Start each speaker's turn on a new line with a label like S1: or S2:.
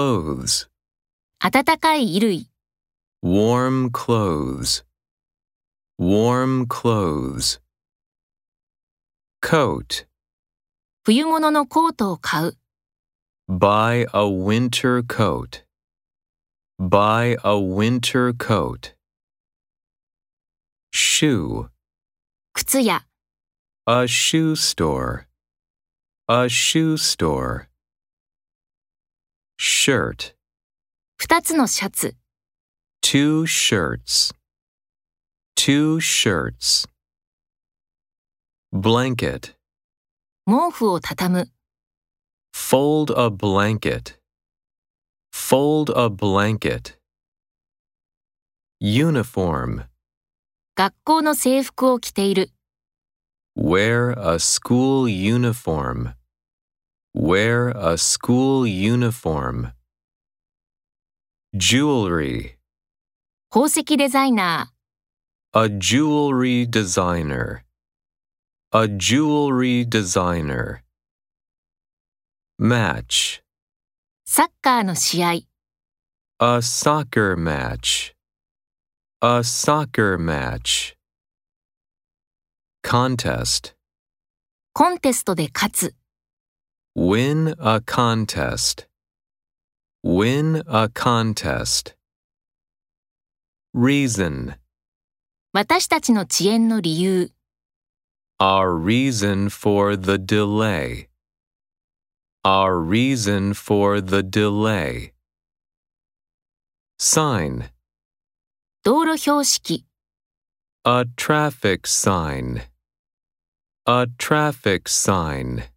S1: clothes,
S2: 暖かい衣類、
S1: warm clothes, warm clothes. Coat,
S2: 冬物のコートを買う、
S1: buy a winter coat, buy a winter coat. Shoe,
S2: 靴や
S1: a shoe store, a shoe store. Shirt,
S2: 二つのシャツ、
S1: two shirts, two shirts. Blanket,
S2: 毛布を畳む、
S1: fold a blanket, fold a blanket. Uniform,
S2: 学校の制服を着ている、
S1: wear a school uniform, wear a school uniform. Jewelry.
S2: 宝石デザイナ
S1: A jewelry designer. A jewelry designer. Match.
S2: ー、サッカーの試合、
S1: A soccer match. A soccer match. Contest.
S2: コンテストで勝つ、
S1: Win a contest. Win a contest. Reason.
S2: 私たちの遅延の理由、
S1: Our reason for the delay. Our reason for the delay. Sign.
S2: 道路標識、
S1: A traffic sign. A traffic sign.